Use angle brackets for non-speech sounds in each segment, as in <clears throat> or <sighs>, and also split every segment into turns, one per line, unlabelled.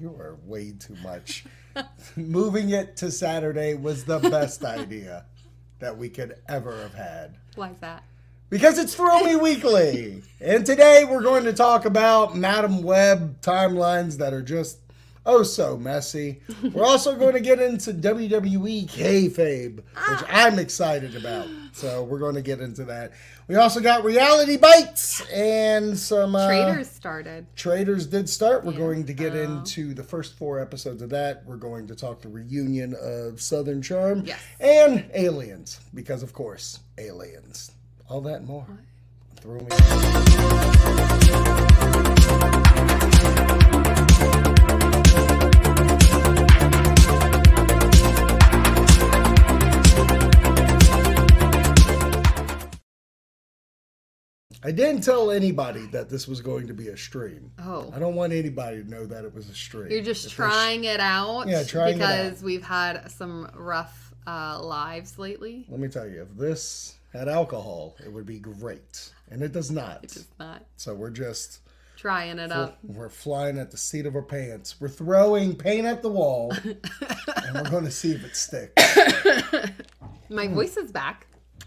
you are way too much. <laughs> Moving it to Saturday was the best idea that we could ever have had
Why is that?
because it's Throw Me Weekly. And today we're going to talk about Madam Web timelines that are just oh so messy. We're also going to get into WWE kayfabe, which I'm excited about. So we're going to get into that. We also got reality bites and some uh,
Traders started.
Traders did start. We're
Yeah.
going to get
Oh.
into the first four episodes of that. We're going to talk the reunion of Southern Charm
Yes.
and aliens, because of course, aliens. All that and more. Throw me. I didn't tell anybody that this was going to be a stream.
Oh.
I don't want anybody to know that it was a stream.
You're just
If there's-
trying it out.
Yeah, trying it out.
Because we've had some rough uh, lives lately.
Let me tell you, if this had alcohol, it would be great, and it does not.
It's just not
So we're just
trying it up.
we're flying at the seat of our pants. We're throwing paint at the
<laughs>
wall, and we're going to see if it sticks.
My
Hmm.
voice is back.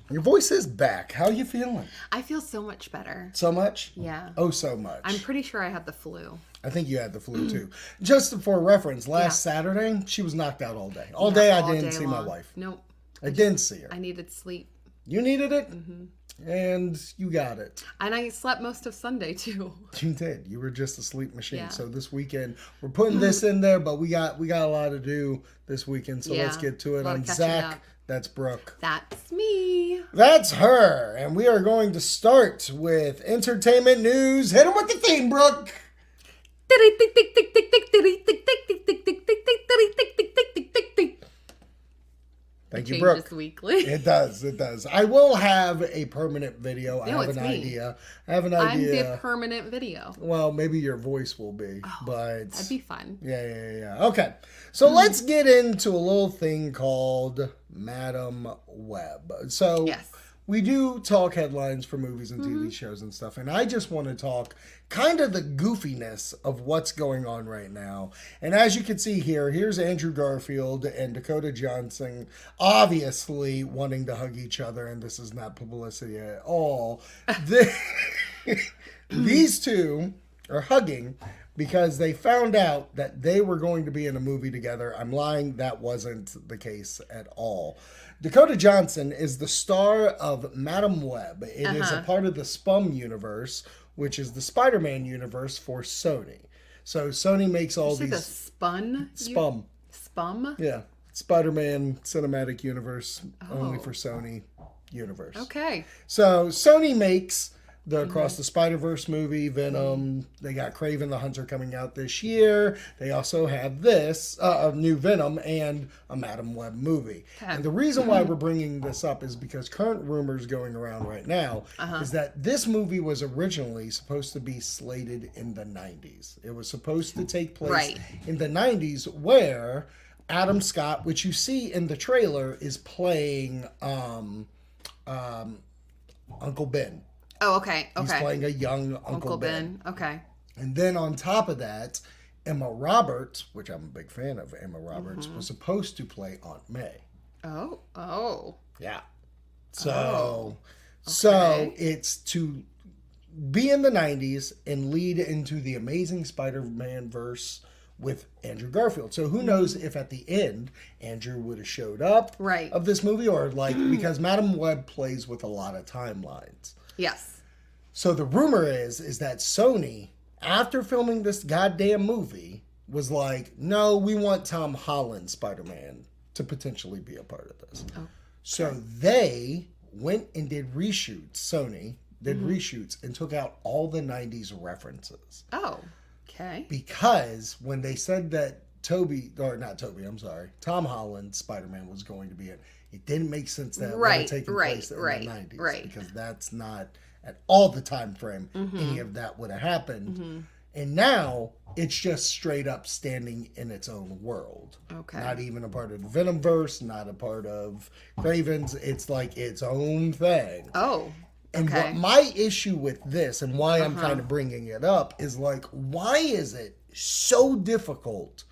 Your voice is back. How you feeling?
I feel so much better.
So much?
Yeah.
Oh, so much.
I'm pretty sure I had the flu.
I think you had the
<clears throat>
flu too. Just for reference, last Saturday she was knocked out all day. All day I
All
didn't
day
see my
long.
wife.
Nope.
I didn't see her.
I Mm-hmm. needed sleep.
You needed it, and you got it.
And I slept most of Sunday <laughs> too.
You did. You were just a sleep machine.
Yeah. Mm-hmm.
So this weekend we're putting this in there, but we got we got a lot to do this weekend. So let's
Yeah.
get to it.
A lot of
I'm
catching
Zach.
up.
That's Brooke.
That's me.
That's her, and we are going to start with entertainment news. Hit him with the theme, Brooke. Thank you, Brooke.
Changes weekly.
It does. It does. I will have a permanent video. I
No,
have
it's
an
me.
idea. I have an
I'm the
idea.
permanent video.
well, maybe your voice will be, but
Oh, That'd be fun.
Yeah, yeah, yeah, yeah. Okay. So let's get into a little thing called Madam Web. So
Yes.
we do talk headlines for movies and TV shows and stuff, and I just want to talk kind of the goofiness of what's going on right now. And as you can see here, here's Andrew Garfield and Dakota Johnson obviously wanting to hug each other, and this is not publicity at all. The- <clears throat> These two are hugging because they found out that they were going to be in a movie together. I'm lying, that wasn't the case at all. Dakota Johnson is the star of Madam Web. It is
Uh-huh.
a part of the Spum universe, which is the Spider Man universe for Sony. So Sony makes all
It's like a
these
spun. you-
Spum.
Spum.
Yeah. Spider Man cinematic universe only
Oh.
for Sony universe.
Okay.
So Sony makes the Across the Spider Verse movie, Venom. They got Craven the Hunter coming out this year. They also have this uh, a new Venom and a Madam Web movie. And the reason why we're bringing this up is because current rumors going around right now is that this movie was originally supposed to be slated in the 90s. It was supposed to take place
Right.
in the 90s where Adam Scott, which you see in the trailer, is playing um, Uncle Ben.
Oh, okay.
He's
Okay.
playing a young Uncle,
Uncle
ben.
Ben. Okay.
And then on top of that, Emma Roberts, which I'm a big fan of Emma Roberts,
Mm-hmm.
was supposed to play Aunt May.
Oh. Oh.
Yeah. So so
okay.
it's to be in the 90s and lead into the amazing Spider-Man verse with Andrew Garfield. So
Mm-hmm.
who knows if at the end Andrew would have showed up
Right.
of this movie or like because Madam Web plays with a lot of timelines.
Yes.
So the rumor is is that Sony, after filming this goddamn movie, was like, "No, we want Tom Holland Spider-Man to potentially be a part of this." So they went and did reshoots. Sony did reshoots and took out all the '90s references
Oh. Okay.
because when they said that Toby or not Toby, I'm sorry, Tom Holland Spider-Man was going to be it, it didn't make sense that it would have
Right,
taken
right,
place in
right,
the 90s
right. Mm-hmm.
because that's not at all the time frame any of that would have happened. And now it's just straight up standing in its own world.
Okay.
Not even a part of the Venomverse, not a part of Craven's. It's like its own thing.
Oh.
And
Okay.
what my issue with this and why I'm kind of bringing it up is like, why is it so difficult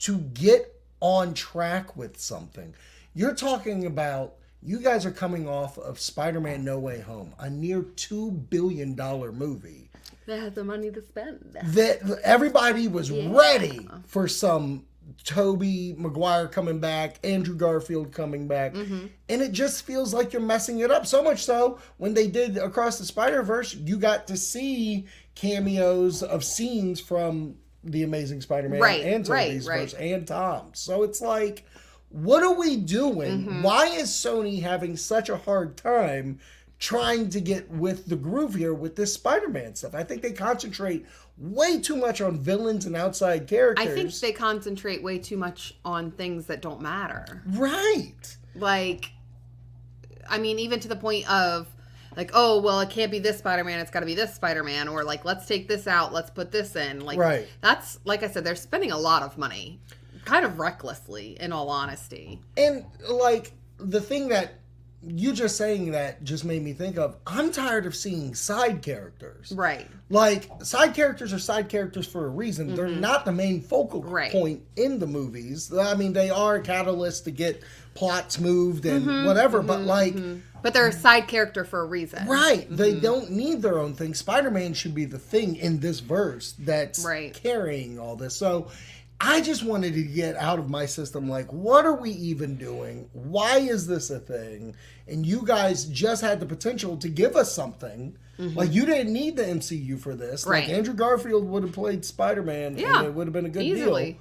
to get on track with something? You're talking about you guys are coming off of Spider Man No Way Home, a near $2 billion movie
They have the money to spend.
that everybody was ready for some Toby Maguire coming back, Andrew Garfield coming back,
Mm-hmm.
and it just feels like you're messing it up. So much so when they did Across the Spider Verse, you got to see cameos of scenes from the Amazing Spider-Man
Right,
and
right,
Toby's
right.
verse and Tom. So it's like, what are we doing?
Mm-hmm.
Why is Sony having such a hard time trying to get with the groove here with this Spider-Man stuff? I think they concentrate way too much on villains and outside characters.
I think they concentrate way too much on things that don't matter.
right.
Like, I mean, even to the point of, like, oh, well, it can't be this Spider Man, it's got to be this Spider Man, or like, let's take this out, let's put this in. Like,
Right.
that's, like I said, they're spending a lot of money, kind of recklessly, in all honesty.
And like the thing that you just saying that just made me think of, I'm tired of seeing side characters.
Right.
Like side characters are side characters for a reason. They're not the main focal
Right.
point in the movies. I mean, they are a catalyst to get plots moved and whatever, but like
But they're a side character for a reason.
right, they
Mm-hmm.
don't need their own thing. Spider-Man should be the thing in this verse that's
Right.
carrying all this. So I just wanted to get out of my system like what are we even doing? Why is this a thing? And you guys just had the potential to give us something. Like you didn't need the MCU for this.
Mm-hmm. Right.
Like Andrew Garfield would have played Spider-Man
Yeah,
and it would have been a good
easily.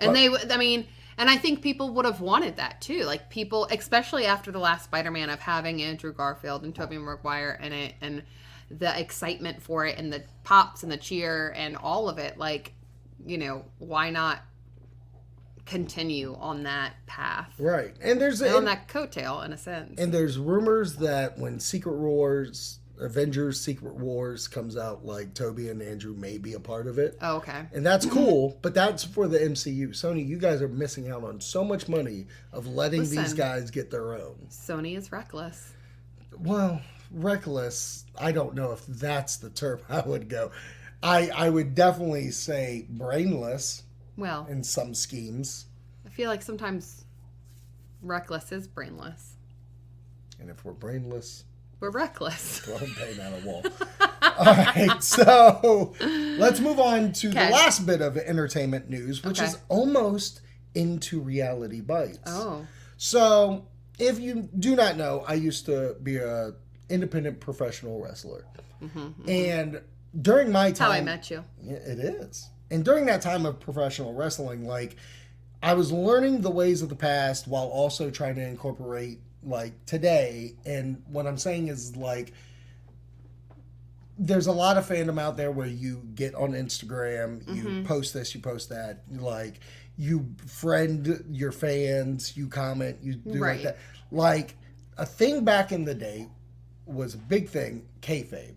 deal.
And they, would- I mean, and I think people would have wanted that too. Like people, especially after the last Spider-Man of having Andrew Garfield and Tobey Maguire in it, and the excitement for it, and the pops and the cheer and all of it. Like, you know, why not continue on that path,
Right. And there's
on
and,
that coattail in a sense?
and there's rumors that when Secret Wars Avengers Secret Wars comes out like Toby and Andrew may be a part of it.
oh, okay.
And that's cool, but that's for the MCU. Sony, you guys are missing out on so much money of letting these
Listen.
guys get their own.
Sony is reckless.
Well, reckless, I don't know if that's the term <laughs> I would go. I I would definitely say brainless
Well,
in some schemes.
I feel like sometimes reckless is brainless.
And if we're brainless,
We're reckless.
Well, I'm painting on a wall. All right, so let's move on to the
Okay.
last bit of entertainment news, which is
Okay.
almost into reality bites.
<laughs> Oh.
So, if you do not know, I used to be a independent professional wrestler, and during my
Mm-hmm, That's how I
time,
met you.
Yeah, it is. And during that time of professional wrestling, like I was learning the ways of the past while also trying to incorporate like today. And what I'm saying is like there's a lot of fandom out there where you get on Instagram, you post this, you post that, like you friend your fans, you comment, you do
Right.
like that. Like a thing back in the day was a big thing, kayfabe.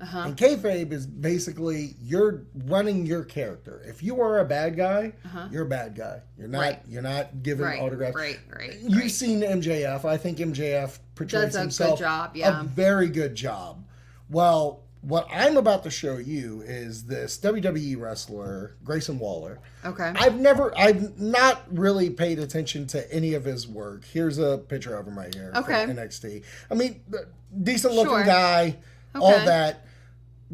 Uh-huh.
And kayfabe is basically you're running your character. If you are a bad guy,
Uh-huh.
you're a bad guy. You're not.
Right.
You're not giving
Right,
autographs.
right, right.
You've seen MJF. I think MJF portrays
Does a good
himself
job, yeah.
a very good job. Well, what I'm about to show you is this WWE wrestler Grayson Waller.
Okay.
I've never, I've not really paid attention to any of his work. Here's a picture of him right here. from
Okay.
NXT. I mean, decent looking
Sure.
guy, all
Okay.
that.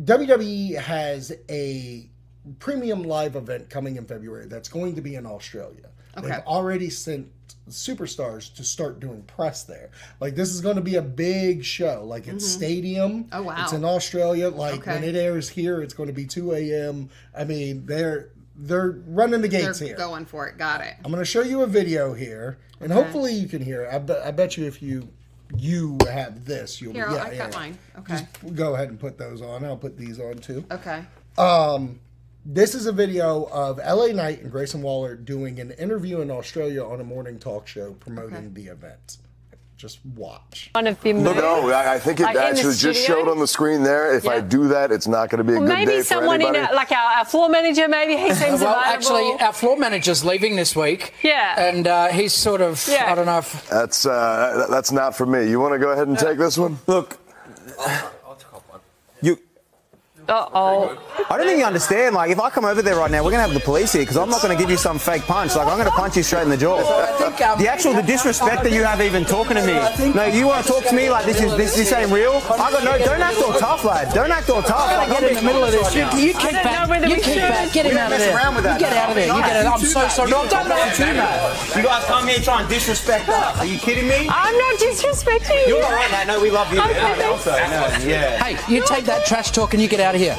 WWE has a premium live event coming in February that's going to be in Australia.
Okay.
They've already sent superstars to start doing press there. Like this is going to be a big show. Like it's stadium.
Oh, wow.
It's in Australia. Like when
Okay.
it airs here, it's going to be 2 a.m. I mean, they're they're running the
They're
gates here.
going for it. Got it.
I'm going to show you a video here, and hopefully you can hear. it. I bet I bet you if you you have this, you'll
Here,
be, yeah,
I've
yeah,
got
yeah.
mine. Okay.
Just go ahead and put those on. I'll put these on too.
okay.
Um, this is a video of LA Knight and Grayson Waller doing an interview in Australia on a morning talk show promoting
Okay.
the event. Just watch.
one of the most.
No, I, I think it
Like in the
actually just
studio?
showed on the screen there. If I
Yeah.
do that, it's not going to be a good day
Maybe
for
someone in
anybody.
a, like our, our floor manager, maybe he seems
Well,
available.
Oh, actually, our floor manager's leaving this week.
Yeah.
And uh, he's sort of,
Yeah.
I don't know if.
Uh,
that's uh, th- that's not for me. You want to go ahead and take this one?
Look, You,
Uh oh.
I don't think you understand. Like, if I come over there right now, we're gonna have the police here because I'm not gonna give you some fake punch. Like, I'm gonna punch you straight in the jaw.
I think, um,
The actual, the disrespect that you have even talking to me. No, you want to talk to me like this is this this ain't real. I got no. Don't act all tough, lad. Don't act all tough. Like,
Get in the middle of this. You, you kick
don't know
back.
whether
You
we
kick
should.
back. Get him
We
out of
mess
there.
around with that.
You get out of there. You get out. I'm so sorry. No, don't know I'm too mad.
You guys come here trying to disrespect us. Are you kidding me?
I'm not disrespecting you.
You're all right, mate. No, we love you.
I'm
man.
perfect.
Also, no, yeah.
Hey, you take that trash talk and you get out of here.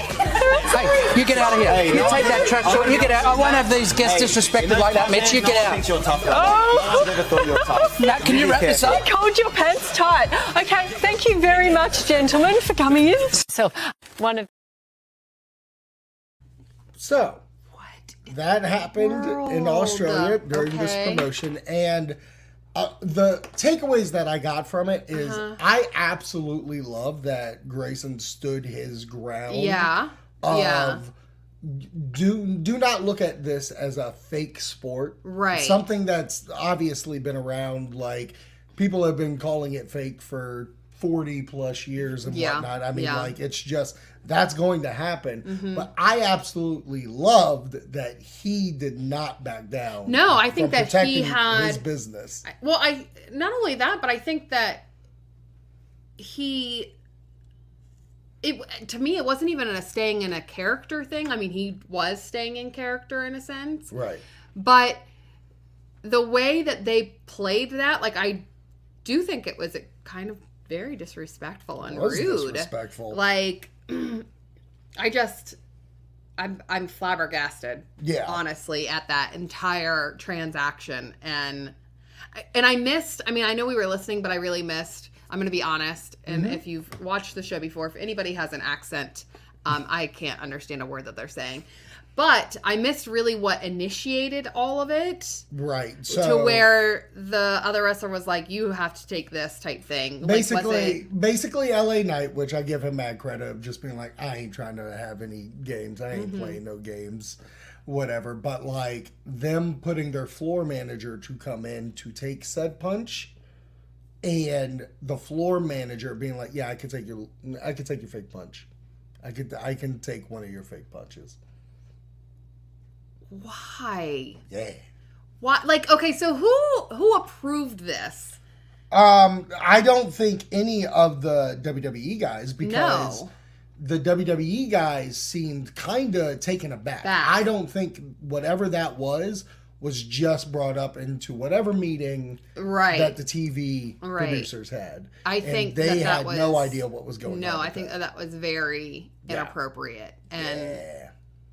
Hey, you get out of here.
Hey,
You
no,
take that
I'm-
trash talk and you get out. I won't have these guests disrespected like that, Mitch. You get out.
you're tough. Oh. never thought you were tough.
Now, can you wrap this up?
Hold your pants tight. Okay, thank you very much, gentlemen, for coming in. So, one of
So
What?
that happened in
world.
Australia during this
Okay.
promotion, and uh, the takeaways that I got from it is
Uh-huh.
I absolutely love that Grayson stood his ground.
Yeah.
Of
yeah.
do do not look at this as a fake sport.
Right.
Something that's obviously been around. Like people have been calling it fake for forty plus years and
Yeah,
whatnot. I mean,
yeah. Mm-hmm.
like it's just that's going to happen. But I absolutely loved that he did not back down.
No, I think
from
that he
protecting his
had-
business.
Well, I not only that, but I think that he it to me it wasn't even a staying in a character thing. I mean, he was staying in character in a sense,
Right.
but the way that they played that, like I do think it was kind of very disrespectful and
It was
rude.
disrespectful.
Like <clears throat> I just I'm I'm flabbergasted.
Yeah.
Honestly, at that entire transaction and and I missed. I mean, I know we were listening, but I really missed. I'm going to be honest. And
Mm-hmm.
if you've watched the show before, if anybody has an accent, um, I can't understand a word that they're saying. But I missed really what initiated all of it
Right. So
to where the other wrestler was like, "You have to take this" type thing. Like, was
basically
it-
basically LA Knight, which I give him mad credit of just being like, I ain't trying to have any games, I
Mm-hmm.
ain't playing no games, whatever. But like them putting their floor manager to come in to take said punch and the floor manager being like, Yeah, I could take your I could take your fake punch. I could I can take one of your fake punches.
why?
Yeah.
Why? Like, okay, so who who approved this?
Um, I don't think any of the WWE guys because
No.
the WWE guys seemed kind of taken aback.
Back.
I don't think whatever that was was just brought up into whatever meeting
Right.
that the TV
Right.
producers had.
I
And
think
they
that that
had no
was-
idea what was going on.
no, I
with
think
that.
that. that was very inappropriate and
yeah,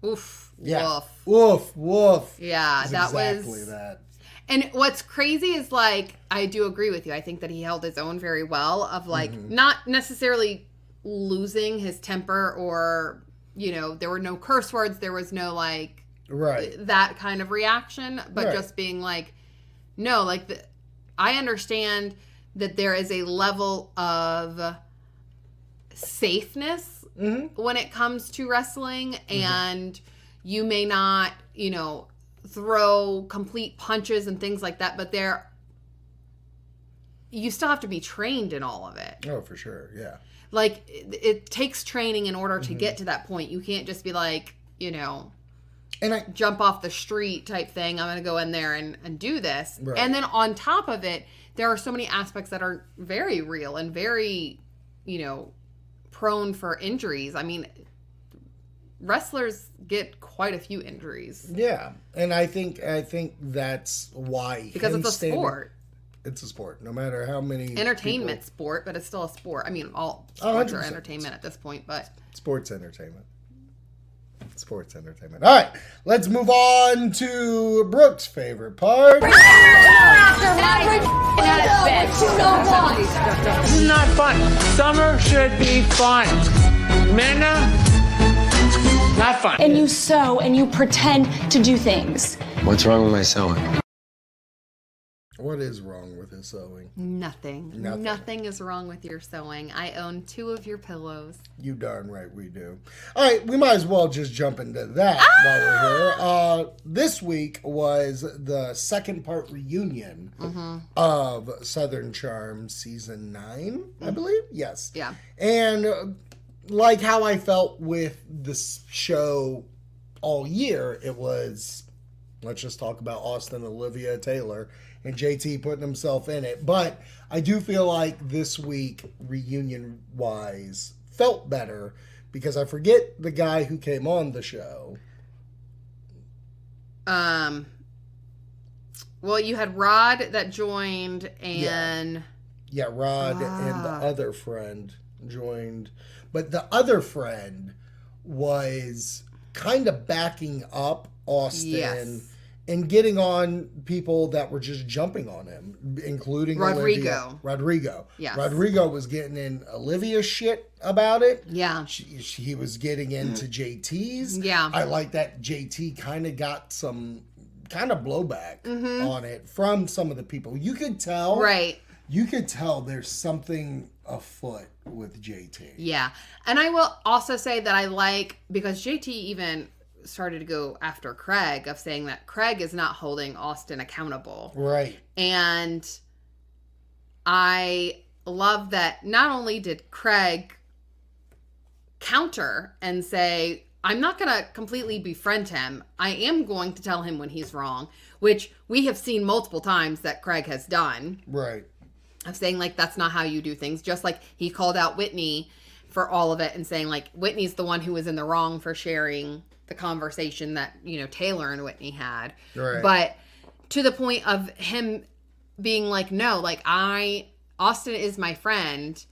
oof,
yeah,
woof.
woof, woof.
Yeah,
That's
that
exactly
was.
that.
And what's crazy is like I do agree with you. I think that he held his own very well of like
Mm-hmm.
not necessarily losing his temper or you know there were no curse words, there was no like
Right,
that kind of reaction, but
Right.
just being like, no, like the, I understand that there is a level of safeness when it comes to wrestling, and you may not, you know, throw complete punches and things like that, but there. You still have to be trained in all of it.
oh for sure, yeah.
Like it, it takes training in order to get to that point. You can't just be like, you know,
And I,
jump off the street type thing. I'm going to go in there and, and do this.
Right.
And then on top of it, there are so many aspects that are very real and very, you know, prone for injuries. I mean, wrestlers get quite a few injuries
yeah, and I think I think that's why
because
him
it's a
standing-
sport,
it's a sport. No matter how many
entertainment sport, but it's still a sport. I mean, all
Oh,
sports are
100%.
entertainment at this point, but
people- sports entertainment, sports entertainment. All right, let's move on to Brooke's favorite part.
This is not fun. Summer should be fun. Men, uh, not fun.
and you sew and you pretend to do things.
What's wrong with my sewing?
What is wrong with his sewing?
Nothing.
Nothing.
Nothing. is wrong with your sewing. I own two of your pillows.
You darn right we do. All right, we might as well just jump into that while we're here. Uh, this week was the second part reunion of Southern Charm season 9 I believe. Yes.
Yeah.
And uh, like how I felt with this show all year, it was let's just talk about Austin Olivia Taylor and JT putting himself in it. But I do feel like this week, reunion wise, felt better because I forget the guy who came on the show.
Um. Well, you had Rod that joined, and
Yeah, Rod and
Ah.
the other friend joined. But the other friend was kind of backing up Austin
Yes.
and getting on people that were just jumping on him, including
Rodrigo.
Olivia- Rodrigo.
Yes.
Rodrigo was getting in Olivia's shit about it.
yeah,
She, she, he was getting into JT's.
Yeah.
I like that JT kind of got some kind of blowback on it from some of the people. You could tell
Mm-hmm. right.
you could tell there's something afoot with JT.
Yeah. And I will also say that I like because JT even started to go after Craig of saying that Craig is not holding Austin accountable.
Right.
And I love that not only did Craig counter and say, I'm not going to completely befriend him. I am going to tell him when he's wrong, which we have seen multiple times that Craig has done
Right.
of saying like that's not how you do things just like he called out whitney for all of it and saying like whitney's the one who was in the wrong for sharing the conversation that you know taylor and whitney had
Right.
but to the point of him being like no like i austin is my friend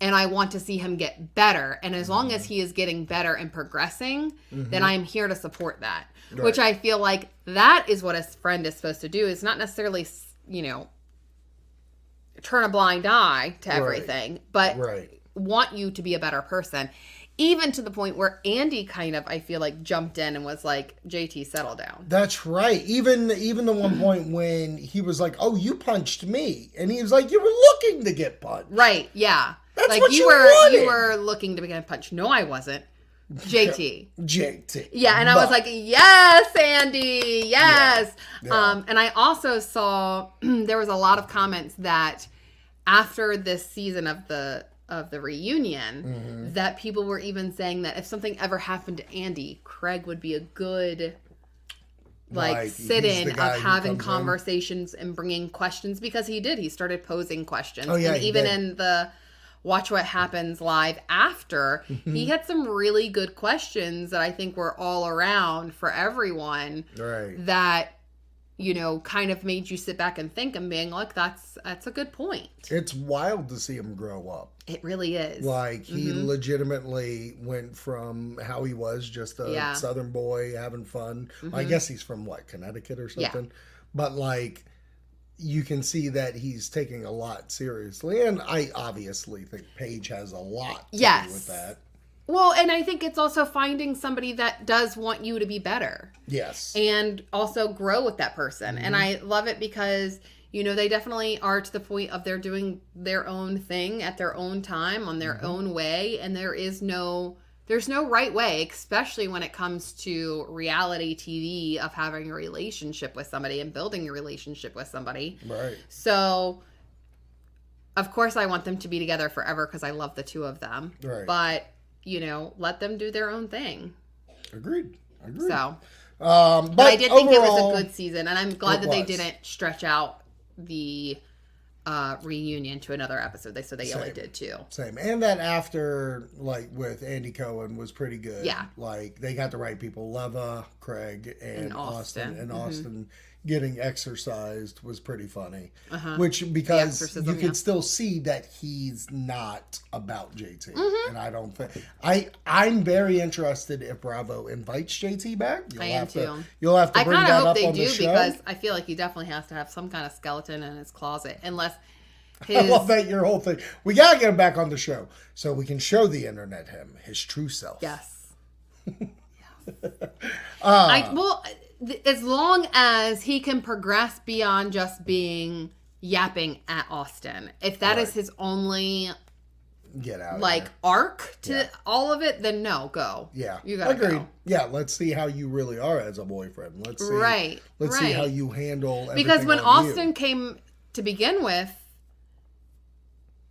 and i want to see him get better and as long as
Mm-hmm.
he is getting better and progressing then i'm here to support that which i feel like that is what a friend is supposed to do is not necessarily you know turn a blind eye to everything, but
Right.
want you to be a better person. Even to the point where Andy kind of, I feel like, jumped in and was like, JT, settle down.
That's right. Even even the one point when he was like, "Oh, you punched me," and he was like, "You were looking to get punched."
Right, yeah.
That's
like
what you
were
wanted.
you were looking to begin punch. No, I wasn't.
<laughs>
JT.
JT.
Yeah, and I was
But-
like, yes, Andy, yes. Um, and I also saw <clears throat> there was a lot of comments that after this season of the of the reunion,
Mm-hmm.
that people were even saying that if something ever happened to Andy, Craig would be a good like
Like, he's
sit
the
in
guy
of
who
having
comes in.
conversations and bringing questions because he did. He started posing questions.
Oh, yeah,
and
he
even
did.
in the Watch What Happens live after,
Mm-hmm.
he had some really good questions that I think were all around for everyone
"Right."
that you know kind of made you sit back and think and being like that's that's a good point.
It's wild to see him grow up.
It really is.
Like he
Mm-hmm.
legitimately went from how he was just a
Yeah. Mm-hmm.
southern boy having fun. I guess he's from what, Connecticut or something. But like you can see that he's taking a lot seriously. And I obviously think Paige has a lot to do
Yes.
with that.
Well, and I think it's also finding somebody that does want you to be better.
Yes.
and also grow with that person. And
Mm-hmm.
I love it because you know they definitely are to the point of they're doing their own thing at their own time on
Mm-hmm.
their own way and there is no there's no right way especially when it comes to reality TV of having a relationship with somebody and building a relationship with somebody.
right.
So of course I want them to be together forever cuz I love the two of them.
Right.
But you know, let them do their own thing.
Agreed. Agreed.
So
um, but,
but I did think it
overall-
was a good season, and I'm glad
it
that they
was.
didn't stretch out the uh, reunion to another episode. They said they only did two.
Same. And that after, like with Andy Cohen, was pretty good.
Yeah.
Like they got the right people. Leva, Craig, and,
And
Austin.
Austin. Mm-hmm.
And Austin getting exercised was pretty funny.
Uh-huh.
Which, because you
exorcism,
could
yeah.
still see that he's not about JT.
Mm-hmm.
And I don't think. I, I'm very interested if Bravo invites JT back. You'll
I am
have to,
too.
You'll have to
I
bring
kind
that
of
up
hope they
on
do
the show.
because I feel like he definitely has to have some kind of skeleton in his closet, unless
<laughs> <laughs> I
his
love that your whole thing. We gotta get him back on the show so we can show the internet him his true self. <laughs>
yes.
Ah.
I well, th- as long as he can progress beyond just being yapping at Austin. If that is his only
Get out. of
like
here.
arc to all of it, then no, go.
Yeah.
you gotta
Agreed.
go.
Yeah, let's see how you really are as a boyfriend. Let's see.
Right,
Let's see
right.
how you handle
Because
everything
when
on you.
Austin came to begin with,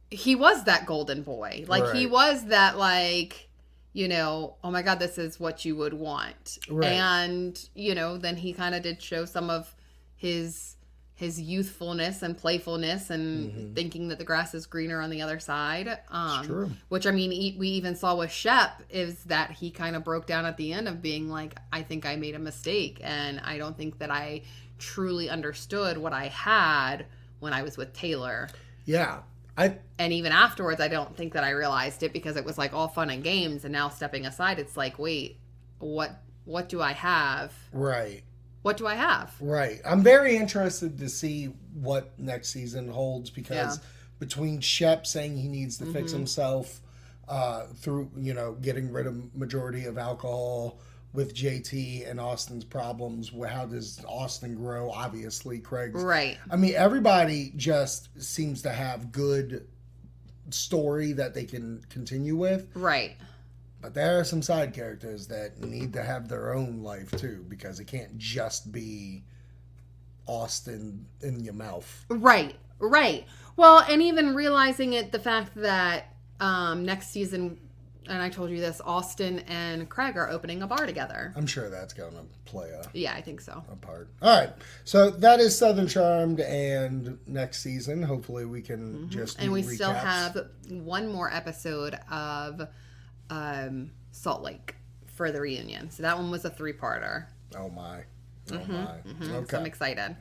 he was that golden boy. Like he
Right.
was that like, you know, oh my god, this is what you would want.
Right.
And, you know, then he kind of did show some of his his youthfulness and playfulness and thinking that the grass is greener on the other side. Um
Mm-hmm. true.
which I mean e- we even saw with Shep is that he kind of broke down at the end of being like I think I made a mistake and I don't think that I truly understood what I had when I was with Taylor.
Yeah. I
And even afterwards I don't think that I realized it because it was like all fun and games and now stepping aside it's like wait, what what do I have?
right.
What do I have?
Right. I'm very interested to see what next season holds because
Yeah. Mm-hmm.
between Shep saying he needs to fix himself uh, through, you know, getting rid of majority of alcohol with JT and Austin's problems, wh- how does Austin grow? Obviously, Craig's.
Right.
I mean, everybody just seems to have good story that they can continue with,
Right.
but there are some side characters that need to have their own life too because it can't just be Austin in your mouth.
Right, right. Well, and even realizing it, the fact that um, next season, and I told you this, Austin and Craig are opening a bar together.
I'm sure that's going to play a,
Yeah, I think so.
a part. All right. So that is Southern Charmed and next season hopefully we can just
Mm-hmm. And
do
we still
recaps.
have one more episode of um, Salt Lake for the reunion. So that one was a three parter.
Oh my. Oh
Mm-hmm.
my.
So I'm
Okay.
excited.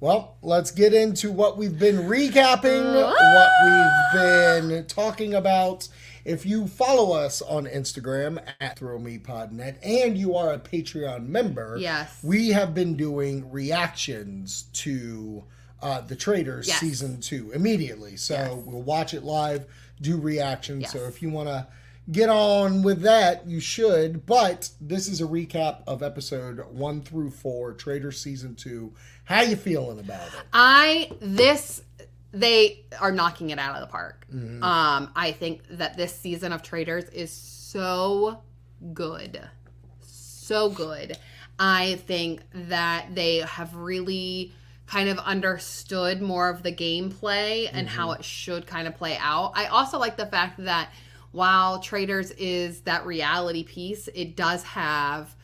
Well, let's get into what we've been recapping, what we've been talking about. If you follow us on Instagram at ThrowMePodNet and you are a Patreon member,
Yes.
we have been doing reactions to uh, The Traders
Yes.
season two immediately. So we'll watch it live, do reactions. So
Yes.
if you want to get on with that, you should. But this is a recap of episode one through four, Trader season two. How you feeling about
Uh,
it?
I this they are knocking it out of the park. Um, I think that this season of Traders is so good, so good. I think that they have really kind of understood more of the gameplay and how it should kind of play out. I also like the fact that while Traders is that reality piece, it does have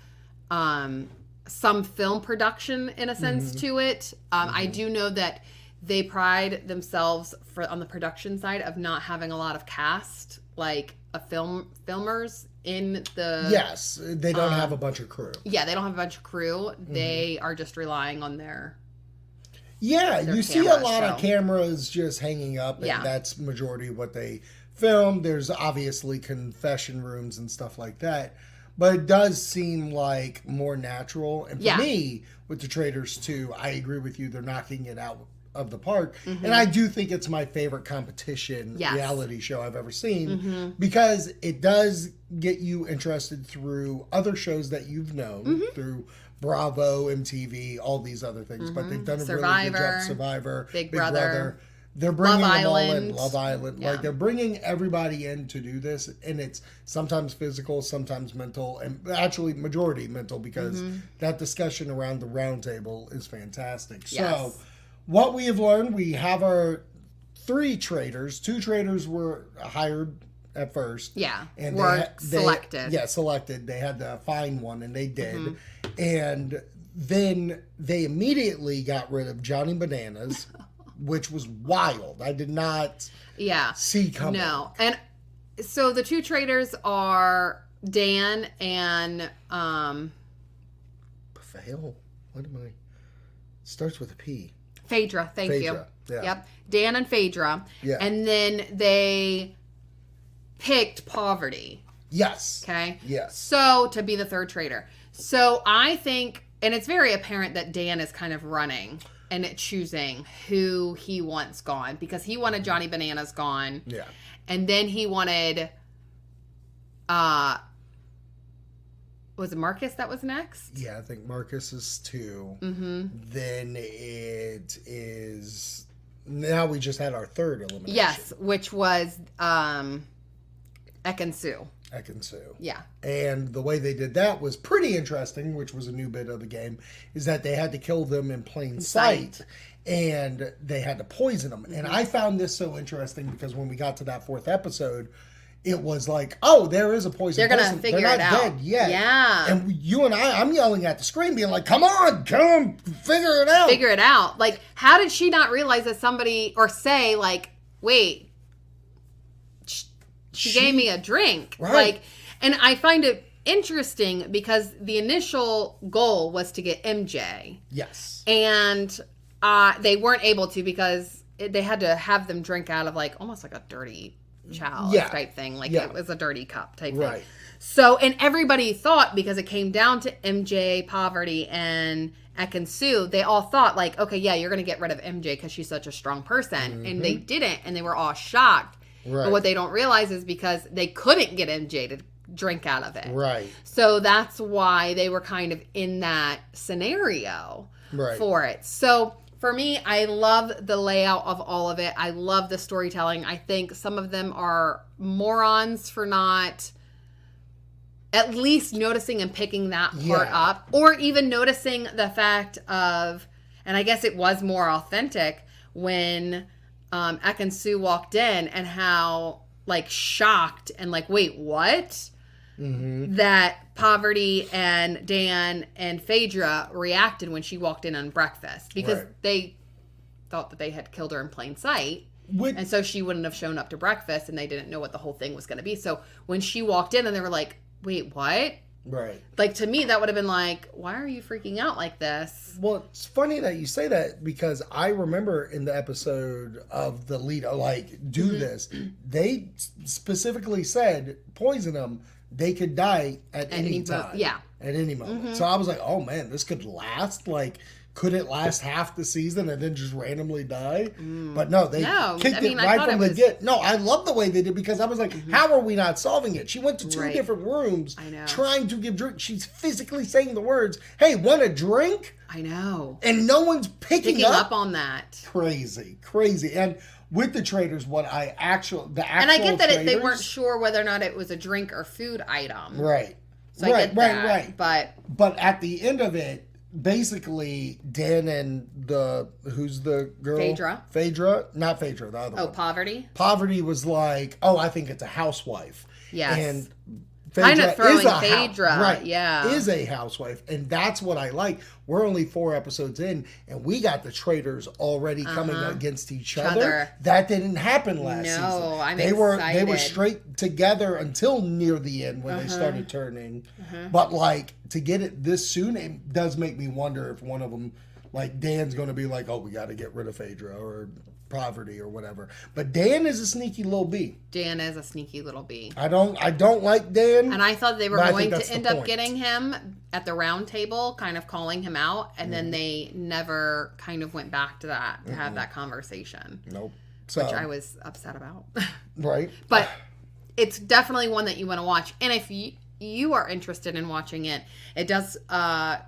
um, some film production in a sense to it. Um, I do know that they pride themselves for on the production side of not having a lot of cast, like a film filmers in the
Yes, they don't
um,
have a bunch of crew.
yeah. They don't have a bunch of crew.
Mm-hmm.
They are just relying on their
Yeah, you see a
cameras,
lot of
so-
cameras just hanging up, and
Yeah.
that's majority of what they film. There's obviously confession rooms and stuff like that, but it does seem like more natural. And for
Yeah.
me, with the traders too, I agree with you. They're knocking it out of the park, and I do think it's my favorite competition
Mm-hmm. Yes. Mm-hmm.
reality show I've ever seen because it does get you interested through other shows that you've known
Mm-hmm.
through. Bravo, MTV, all these other things, but
Mm-hmm.
they've done a really good job.
Survivor.
Survivor,
Big Brother.
They're bringing
Love
them all in.
Island.
Love Island. Like they're bringing everybody in to do this, and it's sometimes physical, sometimes mental, and actually majority mental because
Mm-hmm.
that discussion around the roundtable is fantastic. So,
Yes.
what we have learned, we have our three traders. Two traders were hired at first.
Yeah,
and
were
ha-
selected. Mm-hmm.
Yeah, selected. They had to find one, and they did. And then they immediately got rid of Johnny
<laughs>
Bananas, which was wild. I did not
yeah.
see coming.
No, and so the two traders are Dan and um,
Fail. What am I? Starts with a P.
Phaedra. Thank
Phaedra,
you.
yeah.
Yep. Dan and Phaedra.
Yeah.
And then they picked poverty.
Yes.
Okay.
Yes.
So to be the third trader. So I think, and it's very apparent that Dan is kind of running and choosing who he wants gone because he wanted Johnny Bananas gone.
Yeah.
and then he wanted uh was it marcus that was next
Yeah, I think Marcus is 2 Mm-hmm. Then it is now we just had our third elimination.
Yes, which was um, Ekansu.
Ekansu.
Yeah.
And the way they did that was pretty interesting, which was a new bit of the game, is that they had to kill them in plain sight, and they had to poison them. And
Mm-hmm.
I found this so interesting because when we got to that fourth episode, it was like, oh, there is a poison.
They're gonna
person.
figure
They're
it
not
out.
dead yet.
Yeah.
And you and I, I'm yelling at the screen, being like, come on, come figure it out.
Figure it out. Like, how did she not realize that somebody or say like, wait, sh- she, gave me a drink,
Right.
like, and I find it interesting because the initial goal was to get MJ.
yes.
and uh, they weren't able to because it, they had to have them drink out of like almost like a dirty child
Yeah.
type thing like
Yeah.
it was a dirty cup type
Right.
thing so and everybody thought because it came down to mj poverty and Ekansu, they all thought like okay yeah you're gonna get rid of mj because she's such a strong person and they didn't and they were all shocked
Mm-hmm. Right.
but what they don't realize is because they couldn't get mj to drink out of it
Right.
so that's why they were kind of in that scenario
Right.
for it. So for me, I love the layout of all of it. I love the storytelling. I think some of them are morons for not at least noticing and picking that part
Yeah.
up or even noticing the fact of and I guess it was more authentic when um Ekansu walked in and how like shocked and like wait, what?
Mm-hmm.
that poverty and Dan and Phaedra reacted when she walked in on breakfast because
Right.
they thought that they had killed her in plain sight.
Which-
and so she wouldn't have shown up to breakfast and they didn't know what the whole thing was going to be. So when she walked in and they were like, wait, what?
Right.
Like to me, that would have been like, why are you freaking out like this?
Well, it's funny that you say that because I remember in the episode of the lead, like, do
Mm-hmm.
this. They s- specifically said, poison them. They could die at, any,
any mo-
time.
yeah. Mm-hmm.
At any moment. So I was like, oh man, this could last. Like, could it last half the season and then just randomly die? But no, they
Mm. No,
kicked
I mean,
it
I
right
thought
from
it
the
was- Mm-hmm.
get. No, I love the way they did because I was like, how are we not solving it? She went to two
Right.
different rooms
I know.
trying to give drink. She's physically saying the words, hey, want a drink?
I know.
and no one's picking,
Picking
up,
up on that.
crazy, crazy. And with the traders, what I actual the
And
actual
I get that it, they
traders-
weren't sure whether or not it was a drink or food item.
right,
So
right,
I
right,
get that.
right.
But
but at the end of it, basically Dan and the who's the girl
Phaedra.
Phaedra, not Phaedra, the other
oh,
one.
poverty.
Poverty was like, oh, I think it's a housewife.
Yes.
and
Kinda
Phaedra
throwing
is a hou-
Phaedra,
right?
yeah.
is a housewife, and that's what I like. We're only four episodes in, and we got the traitors already coming against each other.
Uh-huh. other.
That didn't happen last
No,
season.
I'm
they were they were
excited. Uh-huh.
straight together until near the end when they started turning. But like to get it this soon, it does make me wonder if one of them. Like Dan's going to be like, oh, we got to get rid of Phaedra or poverty or whatever. But Dan is a sneaky little bee.
Dan is a sneaky little bee.
I don't I don't like Dan.
And I thought they were
Uh, But I
going
think
to
that's the
end up
point.
getting him at the round table, kind of calling him out, and
Mm-hmm.
then they never kind of went back to that to have that conversation,
Nope. So
which I was upset about. <laughs>
right.
but it's definitely one that you want to watch. And if you you are interested in watching it, it does uh,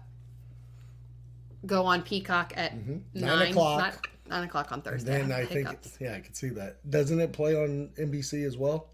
go on Peacock at nine,
Mm-hmm. o'clock.
not- nine o'clock on Thursday.
Then I think
Hiccups.
yeah, I can see that. Doesn't it play on NBC as well?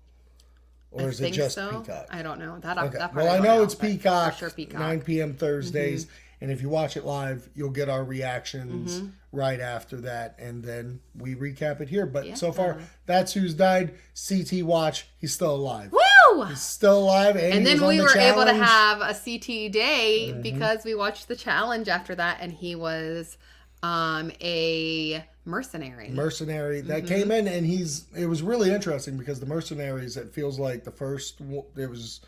Or is it
Think
just
so?
Peacock?
I don't know that. uh,
Okay.
that part
Well, I
don't
know it's
but for
Peacock,
Sure, Peacock. Mm-hmm.
9 p.m. Thursdays. And if you watch it live, you'll get our reactions right after that. And then we recap it here. But so far, that's who's died. CT Watch, he's still alive.
Woo!
He's still alive. And,
And
he was
then
on
we
the
were able to
challenge. Mm-hmm.
have a CT day because we watched the challenge after that, and he was um, a mercenary.
mercenary
Mm-hmm.
that came in and he's it was really interesting because the mercenaries it feels like the first w- it was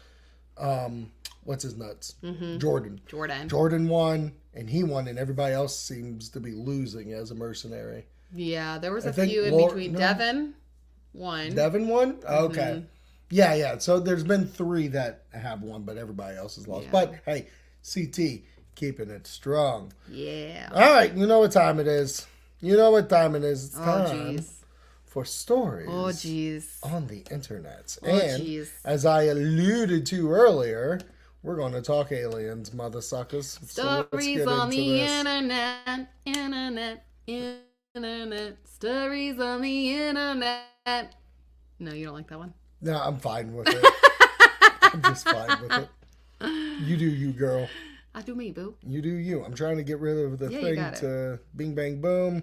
um what's his nuts
Mm-hmm.
jordan
Jordan.
jordan won and he won and everybody else seems to be losing as a mercenary
yeah, there was a
think
few in
Laura-
between.
no.
Devin won.
devin won okay
Mm-hmm.
yeah yeah so there's been three that have won but everybody else has lost but hey ct keeping it strong
yeah.
all right you know what time it is you know what time it is it's
Oh
time
jeez.
for stories
Oh jeez.
on the internet.
Oh,
and
jeez.
as I alluded to earlier, we're going to talk aliens, mother suckers. So let's
Stories
get
on
into
the
this.
internet. Internet. Internet. internet. Stories on the internet. No, you don't like that one.
No, I'm fine with it. I'm just fine with
<laughs>
it. You do you, girl.
I do me, boo.
You do you. I'm trying to get rid of the
Yeah, you
thing
got it.
to bing bang boom.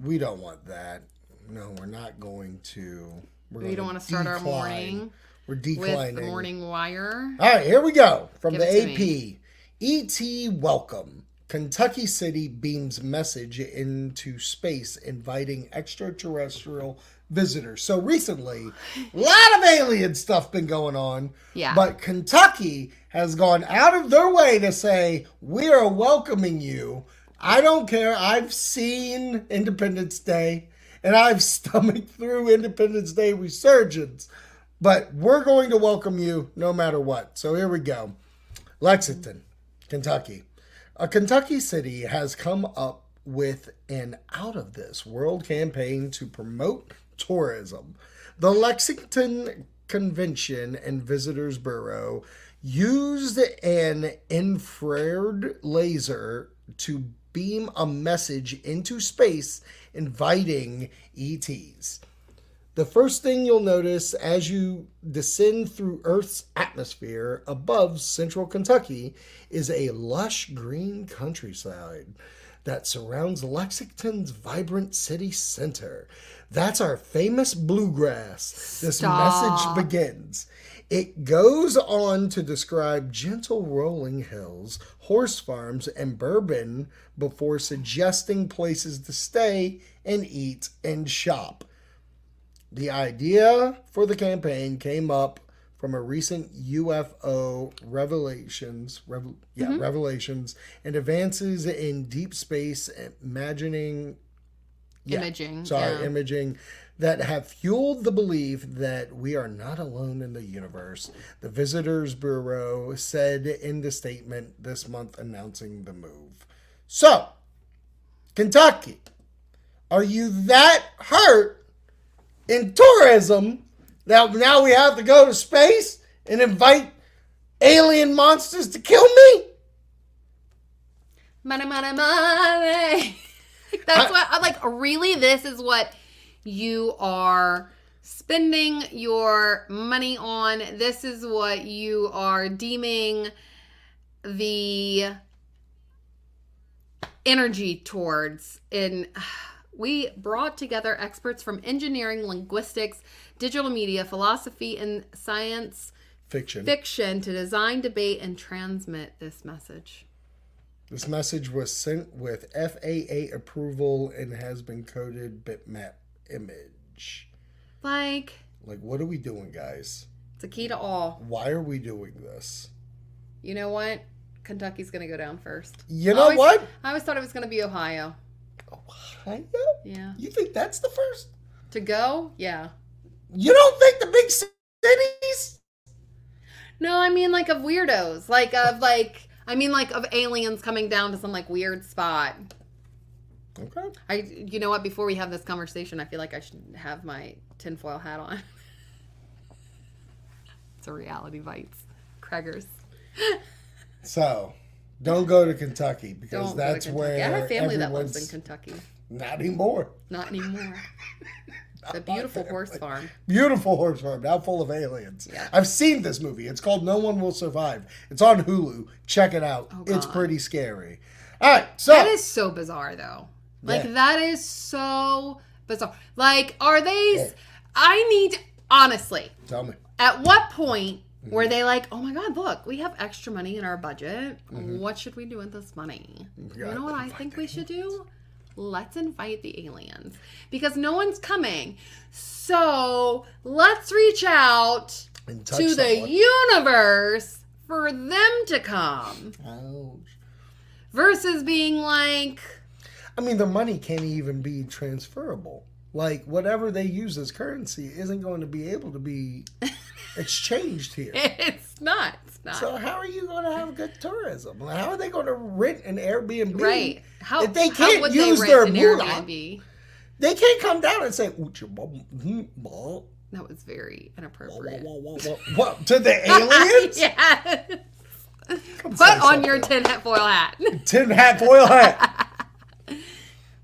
We don't want that. No, we're not going to. We're
We don't want to start our morning
We're
with
declining.
the morning wire.
All right, here we go from
Give it to
the AP. ET Welcome. Kentucky City beams message into space inviting extraterrestrial visitors. So recently, a lot of alien stuff been going on.
Yeah.
But Kentucky has gone out of their way to say, "We are welcoming you." I don't care. I've seen Independence Day and I've <laughs> stomached through Independence Day resurgence but we're going to welcome you no matter what. So here we go. Lexington, Kentucky. A Kentucky city has come up with an out of this world campaign to promote tourism. The Lexington Convention and Visitors Bureau used an infrared laser to beam a message into space inviting ETs. The first thing you'll notice as you descend through Earth's atmosphere above central Kentucky is a lush green countryside that surrounds Lexington's vibrant city center. That's our famous bluegrass. This message begins. It goes on to describe gentle rolling hills, horse farms, and bourbon before suggesting places to stay and eat and shop. The idea for the campaign came up from a recent UFO revelations, revel, yeah,
Mm-hmm.
revelations and advances in deep space imagining yeah,
Imaging,
Sorry,
yeah.
imaging that have fueled the belief that we are not alone in the universe. The Visitors Bureau said in the statement this month announcing the move. So, Kentucky, are you that hurt in tourism that now we have to go to space and invite alien monsters to kill me?
Money, money, money. <laughs> That's what I'm like. Really, this is what you are spending your money on. This is what you are deeming the energy towards. In <sighs> we brought together experts from engineering, linguistics, digital media, philosophy, and science
Fiction.
fiction to design, debate, and transmit this message.
This message was sent with FAA approval and has been coded bitmap image.
Like.
Like, what are we doing, guys?
It's a key to all.
Why are we doing this?
You know what? Kentucky's going to go down first.
You
I
know
always-
what?
I always thought it was going to be Ohio.
Ohio?
Yeah.
You think that's the first?
To go? Yeah.
You don't think the big cities?
No, I mean like of weirdos. Like of <laughs> like I mean like of aliens coming down to some like weird spot.
Okay.
I you know what, before we have this conversation, I feel like I should have my tinfoil hat on. <laughs> it's a reality bites. Craggers.
So, don't go to Kentucky because
Don't
that's
go to
where
Kentucky. I have family that lives in
everyone's-
Kentucky.
Not anymore. <laughs>
Not anymore. It's a beautiful horse farm.
Beautiful horse farm, now full of aliens. I've seen this movie. It's called No One Will Survive. It's on Hulu. Check it out. it's pretty scary. All right, so
Oh, That is so bizarre, though. Like
Yeah.
that is so bizarre. Like, are they? I need honestly.
tell me.
At what point
Mm-hmm.
were they like, "Oh my God, look, we have extra money in our budget.
Mm-hmm.
What should we do with this money?
Oh
you know what I think we should do? Let's invite the aliens because no one's coming. So let's reach out
And touch
to
someone.
the universe for them to come."
Ouch.
Versus being like,
I mean, their money can't even be transferable. Like whatever they use as currency isn't going to be able to
<laughs>
be exchanged here.
it's not. It's not.
So how are you going to have good tourism? Like, How are they going to rent an Airbnb?
right. How,
if they
how
can't
would
use
they
their
rent an
moolah-
Airbnb?
They can't come down and say, "Ooh, your mom- mm, mom,
That was very
wah,
inappropriate.
wah, wah, wah, wah," to
<laughs>
the aliens?
yeah.
Come
Put <laughs>
say
on your
something.
tin hat foil hat.
tin hat, foil hat.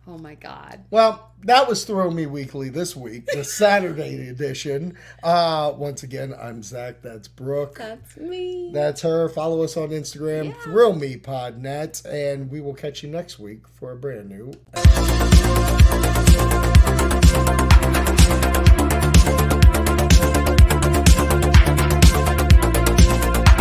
oh my God.
Well, that was Throw Me Weekly this week, the Saturday edition. Uh, once again, I'm Zach. That's Brooke.
That's me.
That's her. Follow us on Instagram, Thrill Me Podnet, and we will catch you next week for a brand new